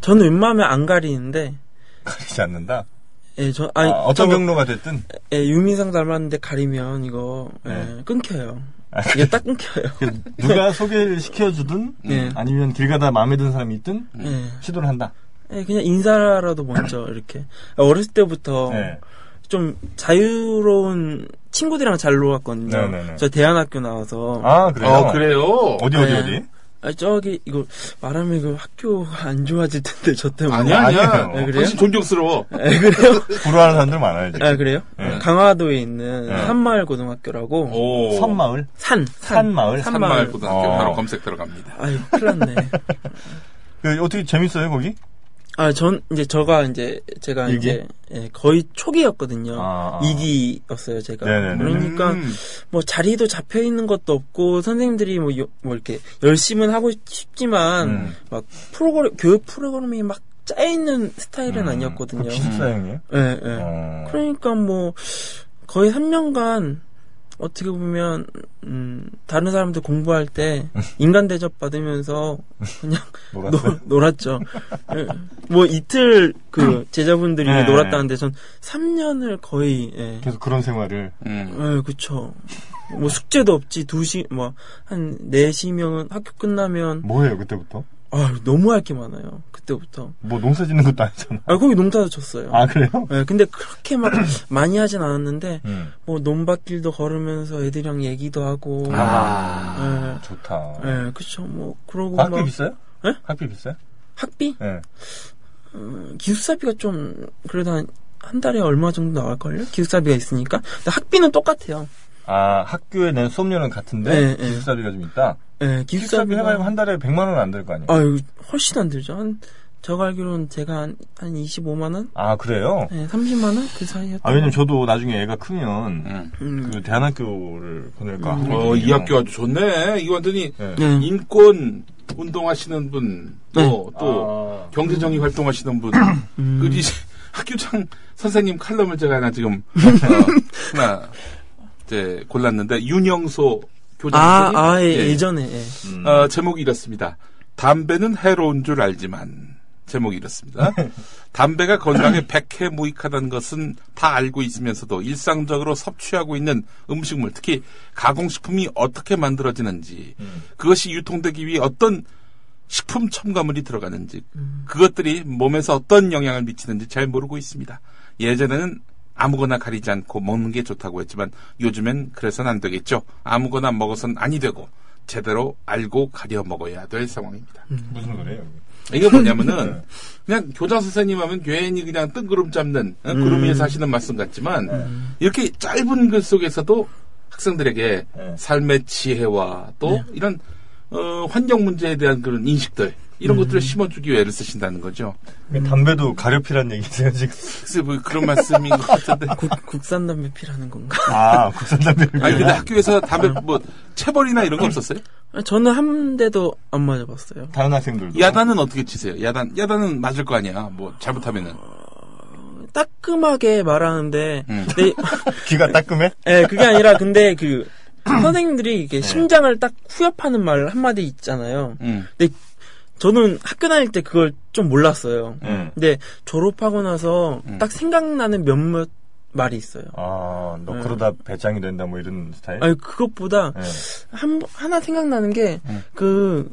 저는 웬만하면 안 가리는데, 가리지 않는다. 예, 저, 아니, 아, 어떤 저거, 경로가 됐든 예, 유민상 닮았는데 가리면 이거, 예, 네. 끊겨요. 이게 딱 끊겨요. 그 누가 소개를 시켜주든 네. 아니면 길 가다 마음에 드는 사람이 있든 예. 시도를 한다. 예, 그냥 인사라도 먼저, 이렇게. 어렸을 때부터, 네. 좀 자유로운 친구들이랑 잘 놀았거든요. 네네네. 저 대안학교 나와서 아 그래요? 어, 그래요? 어디 어디 네. 어디? 아, 저기 이거 말하면 이거 학교가 안 좋아질 텐데 저 때문에. 아니야, 아니야. 아니에요. 아, 그래요? 훨씬 존경스러워. 아, 그래요? 불화하는 사람들 많아요. 지금. 아, 그래요? 네. 강화도에 있는 네. 산마을 고등학교라고. 오. 선마을. 산, 산마을? 산마을 고등학교 어. 바로 검색 들어갑니다. 아유, 큰일 났네. 그, 어떻게 재밌어요, 거기? 아, 전, 이제, 저가, 이제, 제가, 일기? 이제, 예, 거의 초기였거든요. 아, 아. 이기였어요 제가. 네네네. 그러니까, 음. 뭐, 자리도 잡혀있는 것도 없고, 선생님들이 뭐, 요- 뭐 이렇게, 열심은 하고 싶지만, 음. 막, 프로그램, 교육 프로그램이 막 짜여있는 스타일은 음, 아니었거든요. 그 기숙사형이에요? 예, 예. 어. 그러니까 뭐 거의 3년간 어떻게 보면 음, 다른 사람들 공부할 때 음. 인간 대접 받으면서 그냥 놀았어요? 놀, 놀았죠. 예. 뭐 이틀 그 제자분들이 네. 놀았다는데 전 3년을 거의 예. 계속 그런 생활을. 음. 예, 그쵸. 뭐 숙제도 없지 2시 뭐한 4시 명은 학교 끝나면 뭐예요, 그때부터? 아 너무 할 게 많아요. 그때부터. 뭐 농사 짓는 것도 아니잖아. 아 거기 농사도 쳤어요. 아, 그래요? 예, 근데 그렇게 막 많이 하진 않았는데 음. 뭐 논밭길도 걸으면서 애들이랑 얘기도 하고. 아, 예, 좋다. 아, 예, 그쵸. 뭐 그러고 학비 막 비싸요? 예? 학비 비싸요? 학비, 예. 음, 기숙사비가 좀 그래도 한, 한 달에 얼마 정도 나갈걸요? 기숙사비가 있으니까. 근데 학비는 똑같아요. 아, 학교에 낸 수업료는 같은데 예, 예. 기숙사비가 좀 있다. 예, 기숙사비 해봐야 기숙사비가 한 달에 100만 원 안 될 거 아니에요? 아유 훨씬 안 들죠. 한 제가 알기로는 제가 한, 한 25만 원, 아, 그래요? 예, 30만 원 그 사이였던. 아, 왜냐면 저도 나중에 애가 크면 음. 음. 그 대안학교를 보낼까 하고 어, 이 있거든요. 학교 아주 좋네. 이거 완전히 예. 네. 인권 운동하시는 분, 또, 또, 또 경제정의 활동하시는 분, 아. 음. 그, 이 학교장 선생님 칼럼을 제가 하나 지금, 어, 하나, 이제, 골랐는데, 윤영소 교장 아, 선생님. 아, 예, 예. 예전에. 예. 음. 어, 제목이 이렇습니다. 담배는 해로운 줄 알지만 제목이 이렇습니다. 담배가 건강에 백해 무익하다는 것은 다 알고 있으면서도 일상적으로 섭취하고 있는 음식물, 특히 가공식품이 어떻게 만들어지는지, 그것이 유통되기 위해 어떤 식품 첨가물이 들어가는지, 그것들이 몸에서 어떤 영향을 미치는지 잘 모르고 있습니다. 예전에는 아무거나 가리지 않고 먹는 게 좋다고 했지만 요즘엔 그래서는 안 되겠죠. 아무거나 먹어선 아니 되고 제대로 알고 가려 먹어야 될 상황입니다. 음. 무슨 노래예요? 여기? 이게 뭐냐면은 그냥 교장 선생님 하면 괜히 그냥 뜬구름 잡는 어, 구름 음. 위에서 하시는 말씀 같지만 이렇게 짧은 글 속에서도 학생들에게 네. 삶의 지혜와 또 이런 어, 환경 문제에 대한 그런 인식들 음. 이런 것들을 심어주기 위해 애를 쓰신다는 거죠. 그 담배도 가렵히란 얘기세요 지금? 글쎄 뭐 그런 말씀인 것 같은데. 국, 국산 담배 피라는 건가? 아 국산 담배를 아니 근데 학교에서 담배 네. 뭐 체벌이나 이런 거 없었어요? 음. 아, 저는 한 대도 안 맞아봤어요. 다른 학생들도 야단은 어떻게 치세요? 야단 야단은 맞을 거 아니야. 뭐 잘못하면은. 따끔하게 말하는데, 음. 내, 귀가 따끔해? 예, 그게 아니라 근데 그 선생님들이 이게 네. 심장을 딱 후협하는 말 한마디 있잖아요. 음. 저는 학교 다닐 때 그걸 좀 몰랐어요. 응. 근데 졸업하고 나서 네. 음. 딱 생각나는 몇몇 말이 있어요. 아너 네. 그러다 배짱이 된다 뭐 이런 네. 스타일? 아니 그것보다 예. 한 하나 생각나는 음. 게 그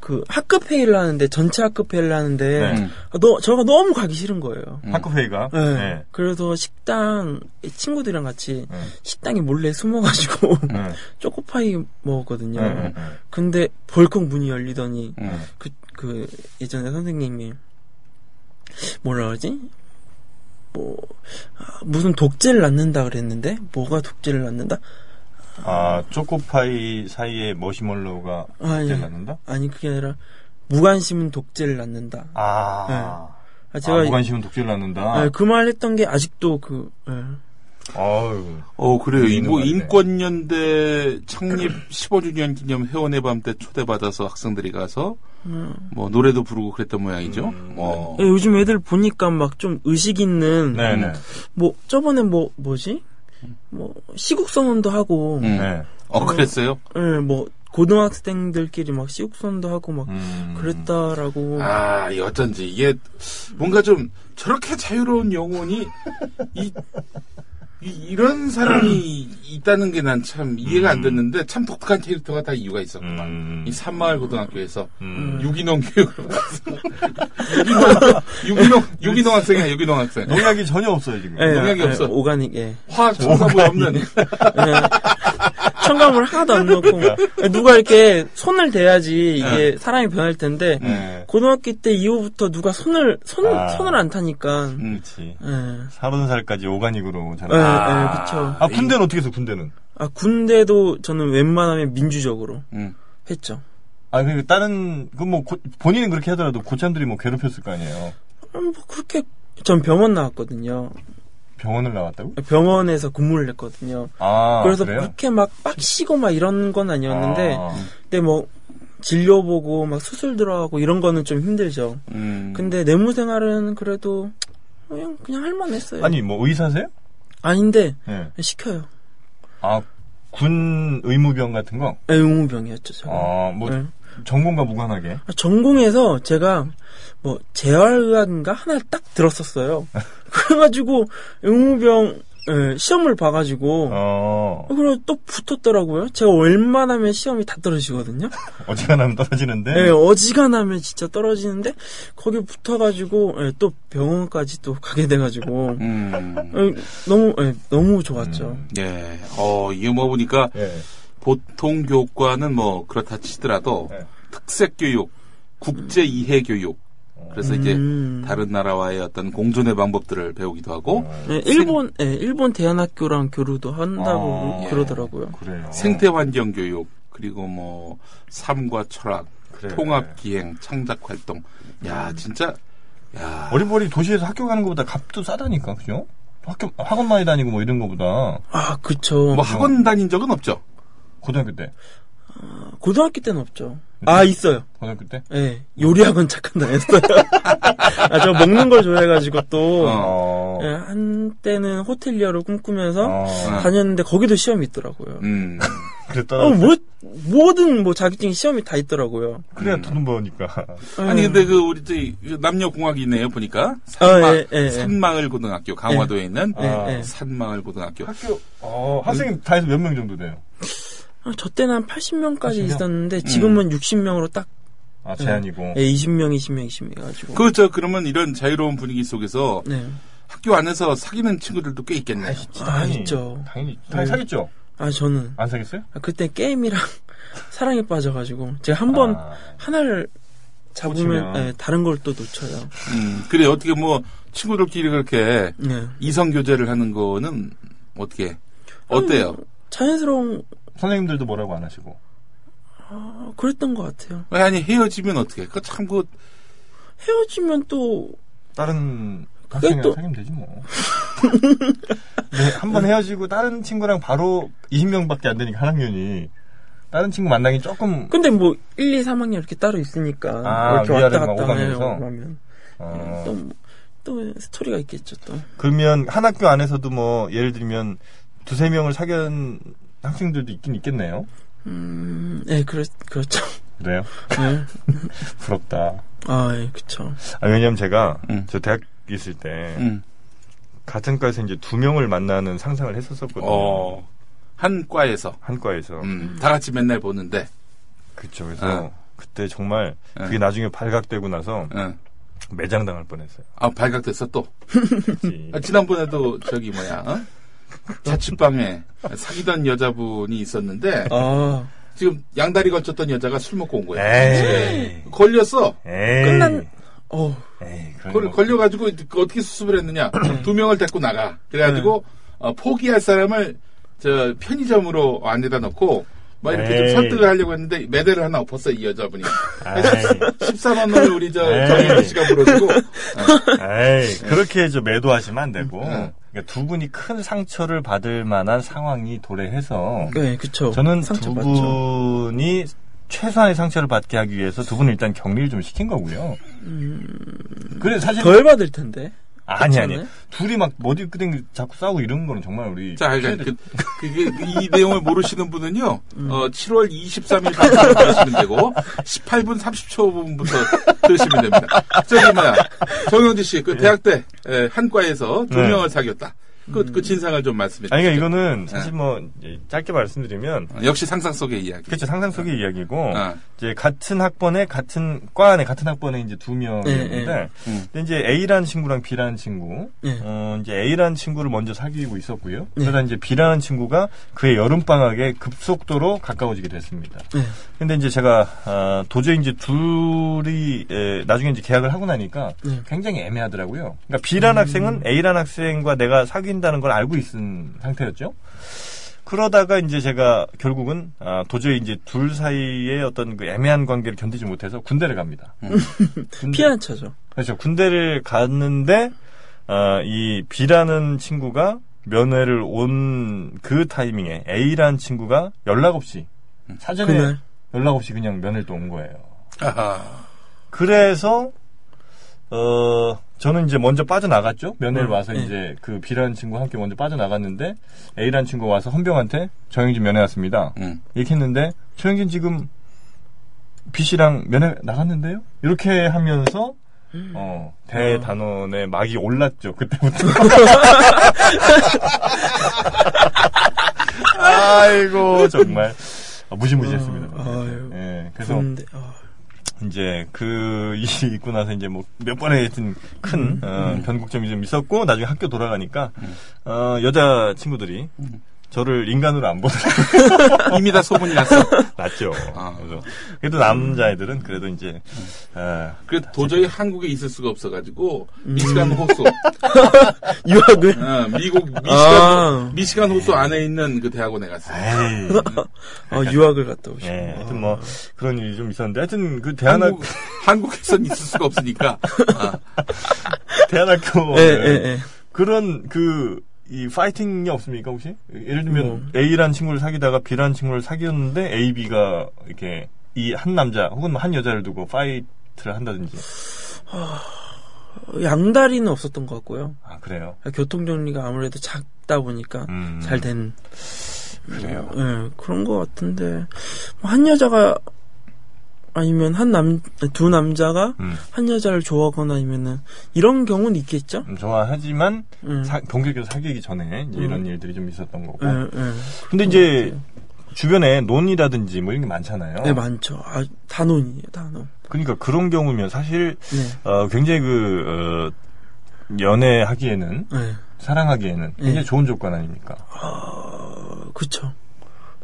그 학급 회의를 하는데 전체 학급 회의를 하는데 네. 음. 아, 너 저가 너무 가기 싫은 거예요. 음. 학급 회의가 예. 예. 그래서 식당 친구들이랑 같이 네. 예. 식당에 몰래 숨어가지고 예. 초코파이 먹었거든요. 예. 네, 예. 예. 근데 벌컥 문이 열리더니 음. 그, 그 예전에 선생님이 뭐라 그러지? 뭐 아, 무슨 독재를 낳는다 그랬는데 뭐가 독재를 낳는다? 아 초코파이 사이에 머시멀로우가 아, 예. 들어갔는다? 아니 그게 아니라 무관심은 독재를 낳는다. 아, 네. 아, 제가 네, 제가 아, 무관심은 독재를 낳는다. 그 말 했던 게 아직도 그 예. 아유, 어 그래요. 이 있는 뭐 것 같네. 인권연대 창립 15주년 기념 회원의 밤 때 초대받아서 학생들이 가서 뭐 노래도 부르고 그랬던 모양이죠. 음. 어. 어. 예, 요즘 애들 보니까 막 좀 의식 있는 네네. 뭐 저번에 뭐 뭐지? 뭐 시국 선언도 하고 음. 네. 어 그랬어요. 예, 뭐 고등학생들끼리 막 시국 선언도 하고 막 음. 그랬다라고 아, 이 어쩐지 이게 뭔가 좀 저렇게 자유로운 영혼이 이, 이, 런 사람이 있다는 게 난 참 이해가 안 됐는데 참 독특한 캐릭터가 다 이유가 있었구만. 음. 이 산마을 고등학교에서 음. 유기농 교육을 받아서 유기농 유기농 유기농 학생이야 유기농 학생 농약이 전혀 없어요 지금. 예, 영향이 예, 없어. 뭐 오가닉 예. 화학 첨가물 없는 예. 첨가물 하나도 안 넣고 누가 이렇게 손을 대야지 이게 예. 사람이 변할 텐데 네. 고등학교 때 이후부터 누가 손을 손 아. 손을 안 타니까 예. 그렇지. 예, 서른 살까지 오가닉으로 예, 자라. 아. 그쵸. 아 군대는 어떻게 해서 군대는? 아, 군대도 저는 웬만하면 민주적으로 음. 했죠. 아 그리고 다른 그 뭐 본인은 그렇게 하더라도 고참들이 뭐 괴롭혔을 거 아니에요. 음, 뭐 그렇게 전 병원 나왔거든요. 병원을 나왔다고? 병원에서 근무를 했거든요. 아 그래서 래요 그렇게 막 빡시고 막 이런 건 아니었는데 아, 근데 뭐 진료 보고 막 수술 들어가고 이런 거는 좀 힘들죠. 음. 근데 내무 생활은 그래도 그냥 그냥 할만했어요. 아니 뭐 의사세요? 아닌데 예. 시켜요. 아, 아군 의무병 같은 거. 네, 의무병이었죠. 저는. 아뭐 네. 전공과 무관하게. 전공에서 제가 뭐 재활의학인가 하나 딱 들었었어요. 그래가지고 의무병 예, 시험을 봐가지고 어 그리고 또 붙었더라고요. 제가 웬만하면 시험이 다 떨어지거든요. 어지간하면 떨어지는데. 예, 어지간하면 진짜 떨어지는데 거기 붙어가지고 예, 또 병원까지 또 가게 돼가지고 음. 예, 너무 예, 너무 좋았죠. 음. 예. 어, 이게 뭐 보니까 예. 보통 교과는 뭐 그렇다 치더라도 네. 특색 교육, 국제 이해 교육. 그래서 이제 음. 다른 나라와의 어떤 공존의 방법들을 배우기도 하고 어. 예, 일본 예, 일본 대안학교랑 교류도 한다고 예. 아, 그러더라고요. 그래요. 생태 환경 교육 그리고 뭐 삶과 철학, 그래. 음. 통합 기행, 창작 활동. 야, 진짜 야. 어리버리 도시에서 학교 가는 것보다 값도 싸다니까 그죠? 학교 학원 많이 다니고 뭐 이런 거보다 아 그쵸. 뭐 학원 다닌 적은 없죠? 고등학교 때 고등학교 때는 없죠. 아 있어요. 고등학교 때. 예, 요리학원 잠깐 다녔어요. 아 저 먹는 걸 좋아해가지고 또 어. 어. 예, 한때는 호텔리어를 꿈꾸면서 어. 다녔는데 거기도 시험이 있더라고요. 예. 음. 그랬더라. 어, 뭐, 모든 뭐 자격증 시험이 다 있더라고요. 그래야 돈 버니까. 아니 예. 근데 그 우리 저기 남녀 공학이 있네요 보니까 산마, 아, 예, 예, 예. 산마을 고등학교 강화도에 있는 예, 아. 예. 산마을 고등학교 학교 어 학생이 다 해서 몇 명 정도 돼요? 아, 저 때는 한 80명까지 80명? 음. 있었는데 지금은 60명으로 딱 아 제한이고. 예, 20명, 20명, 20명 해가지고. 그렇죠 그러면 이런 자유로운 분위기 속에서 네. 학교 안에서 사귀는 친구들도 꽤 있겠네요 아, 있죠. 당연히 당연히 네. 사겠죠. 아, 저는 안 사겠어요? 아, 그때 게임이랑 사랑에 빠져가지고 제가 한 번 아, 하나를 잡으면 꽂히면. 예, 다른 걸 또 놓쳐요. 음, 그래 어떻게 뭐 친구들끼리 그렇게 네. 이성 교제를 하는 거는 어떻게 음. 어때요 자연스러운 선생님들도 뭐라고 안 하시고. 어, 그랬던 것 같아요. 아니 헤어지면 어떻게 그거 참그 헤어지면 또 다른 학생이랑 또- 사귀면 되지 뭐. 네, 한번 헤어지고 다른 친구랑 바로 20명밖에 안 되니까 한 학년이 다른 친구 만나기 조금 근데 뭐 1, 2, 3학년 이렇게 따로 있으니까 아, 이렇게 위아래로 왔다 막 갔다 해요. 오가면서? 그러면 어, 또, 뭐- 또 스토리가 있겠죠 또. 그러면 한 학교 안에서도 뭐 예를 들면 두세 명을 사귄 학생들도 있긴 있겠네요. 음, 네, 그렇 그렇죠. 그래요? 네. 부럽다. 아, 예, 그렇죠. 아, 왜냐면 제가 음. 저 대학 있을 때 예. 음, 같은 과에서 이제 두 명을 만나는 상상을 했었었거든요. 어, 한 과에서 한 과에서. 음, 다 같이 맨날 보는데 그쵸. 그래서 어. 그때 정말 어. 그게 나중에 발각되고 나서 응. 매장당할 뻔했어요. 어. 아 발각됐어 또 그치. 아, 지난번에도 저기 뭐야 어? 자취방에 사귀던 여자분이 있었는데 아, 지금 양다리 걸쳤던 여자가 술 먹고 온 거야. 에이. 걸렸어. 에이. 끝난 어, 에이, 그런 걸, 거. 걸려가지고 이제 그 어떻게 수습을 했느냐. 두 명을 데리고 나가. 그래가지고 네. 어, 포기할 사람을 저 편의점으로 안에다 넣고 막 이렇게 좀 에이. 설득을 하려고 했는데 매대를 하나 엎었어 이 여자분이. 에이. 14만 원을 우리 저 에이. 정혜주 씨가 물어주고 에이, 그렇게 저 매도하시면 안 되고. 음, 응. 그러니까 두 분이 큰 상처를 받을 만한 상황이 도래해서 네, 그렇죠. 저는 상처 두 받죠. 분이 최소한의 상처를 받게 하기 위해서 두 분을 일단 격리를 좀 시킨 거고요. 음. 그래 사실 덜 받을 텐데. 아니 아니 않아요? 둘이 막 머리 끄댕 자꾸 싸우고 이런 거는 정말 우리 자, 그러니까 피해를- 그, 그게 이 내용을 모르시는 분은요, 어, 7월 23일 방송을 들으시면 되고, 18분 30초 부분부터 들으시면 됩니다. 저기 뭐야, 정영진 씨, 그 대학 때 에, 한과에서 두 네. 명을 사귀었다. 그, 그 진상을 좀 말씀해 주세요. 아니, 그러니까 이거는 네. 사실 뭐, 이제 짧게 말씀드리면, 아, 역시 상상 속의 이야기. 그렇죠. 상상 속의 네. 이야기고, 아. 이제 같은 학번에, 같은, 과 안에 같은 학번에 이제 두 명이었는데, 네, 네. 음. 근데 이제 A라는 친구랑 B라는 친구, 네. 어, 이제 A라는 친구를 먼저 사귀고 있었고요. 그러다 이제 B라는 친구가 그의 여름방학에 급속도로 가까워지게 됐습니다. 네. 근데 이제 제가, 아, 도저히 이제 둘이, 에, 나중에 이제 계약을 하고 나니까 네. 음. 굉장히 애매하더라고요. 그러니까 B라는 학생은 A라는 학생과 내가 사귄다는 걸 알고 있은 상태였죠. 그러다가 이제 제가 결국은 아, 도저히 이제 둘 사이의 어떤 그 애매한 관계를 견디지 못해서 군대를 갑니다. 군대- 피아차죠. 그렇죠. 군대를 갔는데 아, 이 B라는 친구가 면회를 온 그 타이밍에 A라는 친구가 연락 없이 사전에 네. 그날. 연락 없이 그냥 면회를 또 온 거예요. 아하. 그래서 어 저는 이제 먼저 빠져나갔죠. 면회를 음, 와서 네. 이제 그 B라는 친구와 함께 먼저 빠져나갔는데 A라는 친구가 와서 헌병한테 정영진 면회 왔습니다. 음. 이렇게 했는데 정영진 지금 B 씨랑 면회 나갔는데요? 이렇게 하면서 어 대단원의 막이 올랐죠. 그때부터. 아이고 정말 아, 무시무시했습니다. 어, 아유. 예, 그래서 군대. 어. 이제 그 일이 있고 나서 이제 뭐 몇 번의 하여튼 큰 어, 변곡점이 좀 있었고 나중에 학교 돌아가니까 어, 여자 친구들이 저를 인간으로 안 보더라고요. 이미 다 소문이 났어. 낫죠. 아. 그래서 그래도 남자애들은 그래도 이제 어, 그 도저히 한국에 있을 수가 없어가지고 미시간 호수, 유학을? 어, 미국 미시간 아. 미시간 호수 안에 있는 그 대학원에 갔어요. 에이, 어, 유학을 갔다 오시고. 예, 아. 하여튼 뭐 그런 일이 좀 있었는데 하여튼 그 대한학 한국 한국에선 있을 수가 없으니까 아, 대한학교 네. 예, 예, 예. 그런 그 이 파이팅이 없습니까 혹시? 예를 들면 뭐. A라는 친구를 사귀다가 B라는 친구를 사귀었는데 A, B가 이렇게 이 한 남자 혹은 한 여자를 두고 파이트를 한다든지. 어, 양다리는 없었던 것 같고요. 아 그래요. 교통정리가 아무래도 작다 보니까 음. 잘 된. 그래요. 예, 그런 것 같은데. 뭐한 여자가, 아니면 한 남, 두 남자가 음. 한 여자를 좋아하거나 아니면은, 이런 경우는 있겠죠? 음, 좋아하지만 예. 사, 본격적으로 사귀기 전에 이제 이런 음. 일들이 좀 있었던 거고. 예, 예. 근데 이제 주변에 논이라든지 뭐 이런 게 많잖아요. 네, 많죠. 아, 단원이에요, 단원. 그러니까 그런 경우면 사실 네. 어, 굉장히 그 어, 연애하기에는 네. 사랑하기에는 굉장히 네. 좋은 조건 아닙니까? 아, 그쵸.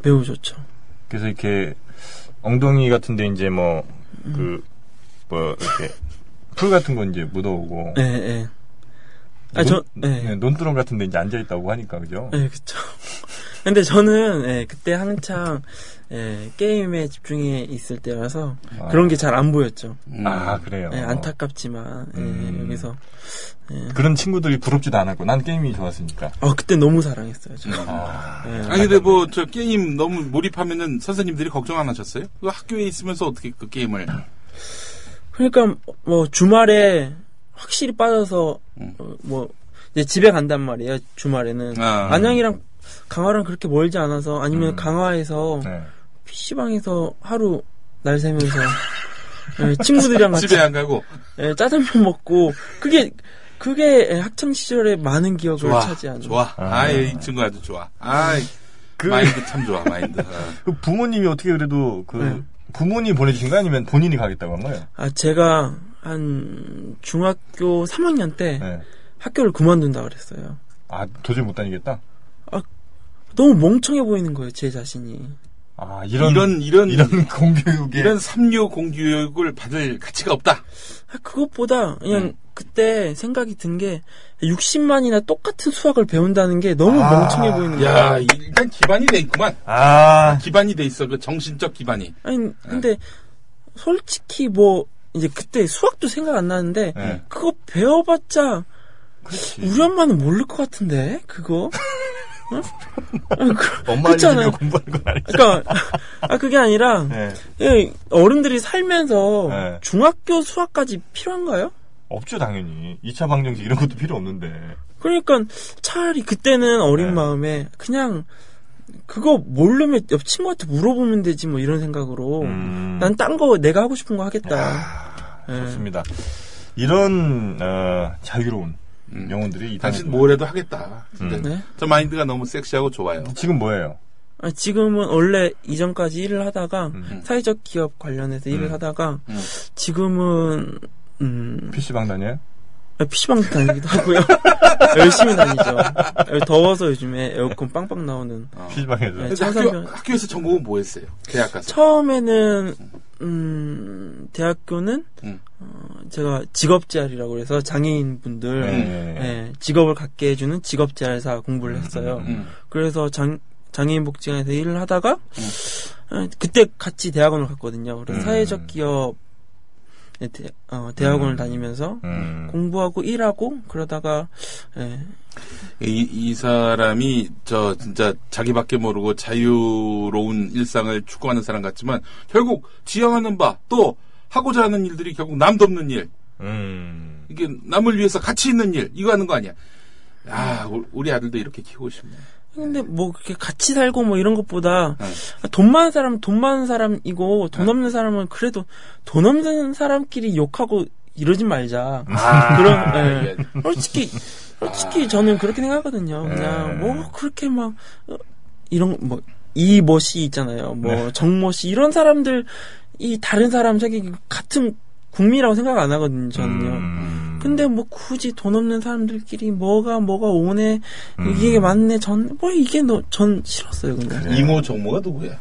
매우 좋죠. 그래서 이렇게 엉덩이 같은데 이제 뭐 그 뭐 이렇게 풀 같은 건 이제 묻어오고 예, 예. 아, 저, 예. 네, 논두렁 같은데 이제 앉아 있다고 하니까 그죠? 예, 그쵸. 근데 저는, 예, 그때 한창, 예, 게임에 집중해 있을 때라서, 아. 그런 게 잘 안 보였죠. 음. 아 그래요. 예, 안타깝지만, 예, 음. 여기서. 그런 친구들이 부럽지도 않았고 난 게임이 좋았으니까. 어, 그때 너무 사랑했어요, 저. 아, 예. 아니 근데 뭐 저 게임 너무 몰입하면은 선생님들이 걱정 안 하셨어요? 그 학교에 있으면서 어떻게 그 게임을 그러니까, 뭐, 주말에 확실히 빠져서, 음. 어, 뭐, 이제 집에 간단 말이에요, 주말에는. 아. 안양이랑 강화랑 그렇게 멀지 않아서, 아니면 음. 강화에서, 네. PC방에서 하루 날 새면서, 예, 친구들이랑 같이 집에 안 가고 예, 짜장면 먹고 그게 그게 학창 시절에 많은 기억을 좋아 차지하는. 좋아 아 이 친구 아주 좋아 아 그, 마인드 참 좋아 마인드 아. 그 부모님이 어떻게 그래도 그 네. 부모님 보내주신 거 아니면 본인이 가겠다고 한 거예요? 아 제가 한 중학교 3학년 때 네. 학교를 그만둔다 그랬어요. 아 도저히 못 다니겠다. 너무 멍청해 보이는 거예요 제 자신이. 아 이런 이런 이런 이런, 이런 공교육에 삼류 공교육을 받을 가치가 없다 아, 그것보다 그냥 음. 그때 생각이 든 게 60만이나 똑같은 수학을 배운다는 게 너무 아. 멍청해 보이는 거예요. 야 일단 기반이 돼 있구만 아 기반이 돼 있어 그 정신적 기반이 아니 근데 솔직히 뭐 이제 그때 수학도 생각 안 나는데 네. 음. 그거 배워봤자 그렇지. 우리 엄마는 모를 것 같은데 그거 응? 아니, 그, 엄마 그렇잖아요. 알려주면 공부하는 건 아니죠? 그러니까 아 그게 아니라 네. 예, 어른들이 살면서 네. 중학교 수학까지 필요한가요? 없죠 당연히 2차 방정식 이런 것도 필요 없는데 그러니까 차라리 그때는 어린 네. 마음에 그냥 그거 모르면 옆 친구한테 물어보면 되지 뭐 이런 생각으로 음. 난 딴 거 내가 하고 싶은 거 하겠다. 예. 좋습니다. 이런 어, 자유로운 음. 영혼들이 이 당신 땅에- 뭘 해도 하겠다. 근데 네. 저 마인드가 너무 섹시하고 좋아요. 지금 뭐예요? 아, 지금은 원래 이전까지 일을 하다가 음. 사회적 기업 관련해서 일을 음. 하다가 음. 지금은 음 PC방 다녀요? PC방 다니기도 하고요. 열심히 다니죠. 더워서 요즘에 에어컨 빵빵 나오는. 어. PC방에서. 네. 근데 창섭이 학교, 형- 학교에서 전공은 뭐 했어요? 대학 가서. 처음에는 음 대학교는 음. 어, 제가 직업재활이라고 해서 장애인 분들 예, 네. 직업을 갖게 해주는 직업재활사 공부를 했어요. 음. 음. 그래서 장, 장애인 복지관에서 일을 하다가 어, 그때 같이 대학원을 갔거든요. 그래서 음. 사회적 기업 대, 학원을 음. 다니면서 음. 공부하고 일하고 그러다가 예, 이, 이 사람이 저 진짜 자기밖에 모르고 자유로운 일상을 추구하는 사람 같지만 결국 지향하는 바 또 하고자 하는 일들이 결국 남도 없는 일 음. 이게 남을 위해서 가치 있는 일 이거 하는 거 아니야? 아 우- 우리 아들도 이렇게 키우고 싶네. 근데 뭐 그렇게 같이 살고 뭐 이런 것보다 네. 돈 많은 사람 은돈 많은 사람이고 돈 네. 없는 사람은 그래도 돈 없는 사람끼리 욕하고 이러지 말자. 아, 그런- 예. 이게- 솔직히 솔직히 저는 그렇게 생각하거든요. 그냥 네. 뭐 그렇게 막 어, 이런 뭐 이모씨 있잖아요. 뭐 정모씨 이런 사람들 이 다른 사람 세계 같은 국민이라고 생각 안 하거든요. 저는요. 음. 근데 뭐 굳이 돈 없는 사람들끼리 뭐가 뭐가 오네 이게 맞네 전 뭐 이게 너 전 싫었어요 근데 이모 정모가 누구야?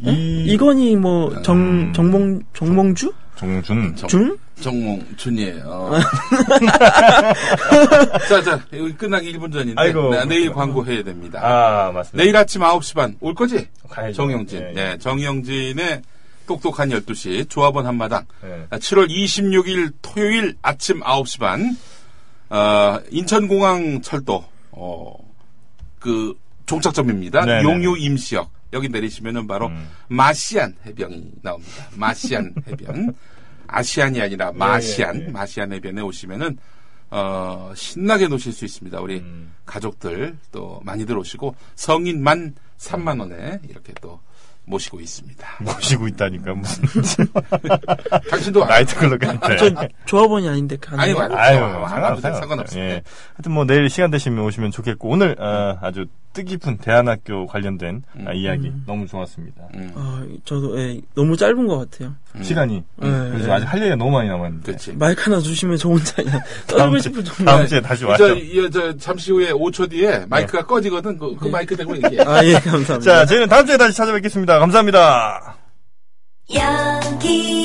이 이건이 뭐 정 정몽 정몽주 정준 준 정몽준이에요. 어. 자, 자, 여기 끝나기 1분 전인데. 아이고. 네, 내일 광고 해야 됩니다. 아 맞습니다. 내일 아침 9시 반 올 거지? 가야죠. 정영진. 예, 예. 네, 정영진의 똑똑한 12시 조합원 한마당. 네. 7월 26일 아, 토요일 아침 9시 반 어, 인천공항 철도 어, 그 종착점입니다. 네네. 용유 임시역 여기 내리시면은 바로 음. 마시안 해변이 나옵니다. 마시안 해변 아시안이 아니라 마시안 예, 예. 마시안 해변에 오시면은 어, 신나게 노실 수 있습니다. 우리 음. 가족들 또 많이들 오시고 성인만 3만 원에 이렇게 또 모시고 있습니다. 모시고 있다니까 무슨 당신도 와. 나이트클럽 네. 같아. 조합원이 아닌데 가는 아니, 거. 아니, 아유 상관없어요. 상관없어요. 상관없어요. 예. 하여튼 뭐 내일 시간 되시면 오시면 좋겠고 오늘 아, 아주 뜻깊은 대한학교 관련된 아, 이야기 너무 좋았습니다. 음. 아, 저도 예, 너무 짧은 것 같아요. 시간이 음. 예, 그래서 예. 아직 할 얘기가 너무 많이 남았는데 음. 네. 그렇지. 마이크 하나 주시면 저 혼자 그냥 떨고 싶을 정도. 다음 주에 다시 저, 와죠. 이, 저, 잠시 후에 5초 뒤에 마이크가 꺼지거든. 그, 그 네. 마이크 대고 얘기해. 아 예 감사합니다. 자, 저희는 다음 주에 다시 찾아뵙겠습니다. 감사합니다. 여기